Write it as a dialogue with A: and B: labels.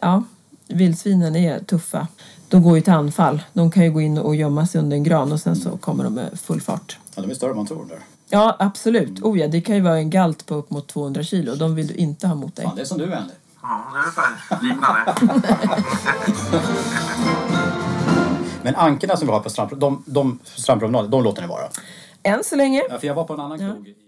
A: ja, vildsvinen är tuffa. De går ju till anfall. De kan ju gå in och gömma sig under en gran och sen så kommer de med full fart.
B: Ja, de är större än man tror där.
A: Ja, absolut. Oh ja, det kan ju vara en galt på upp mot 200 kilo. De vill du inte ha mot dig.
B: Fan, det är som du Andy.
C: Ja, det är ungefär liknande.
B: Men ankorna som vi har på strandpromenaden, de, de, strandpromenaden, de låter ni vara.
A: Än så länge.
B: Ja, för jag var på en annan krog.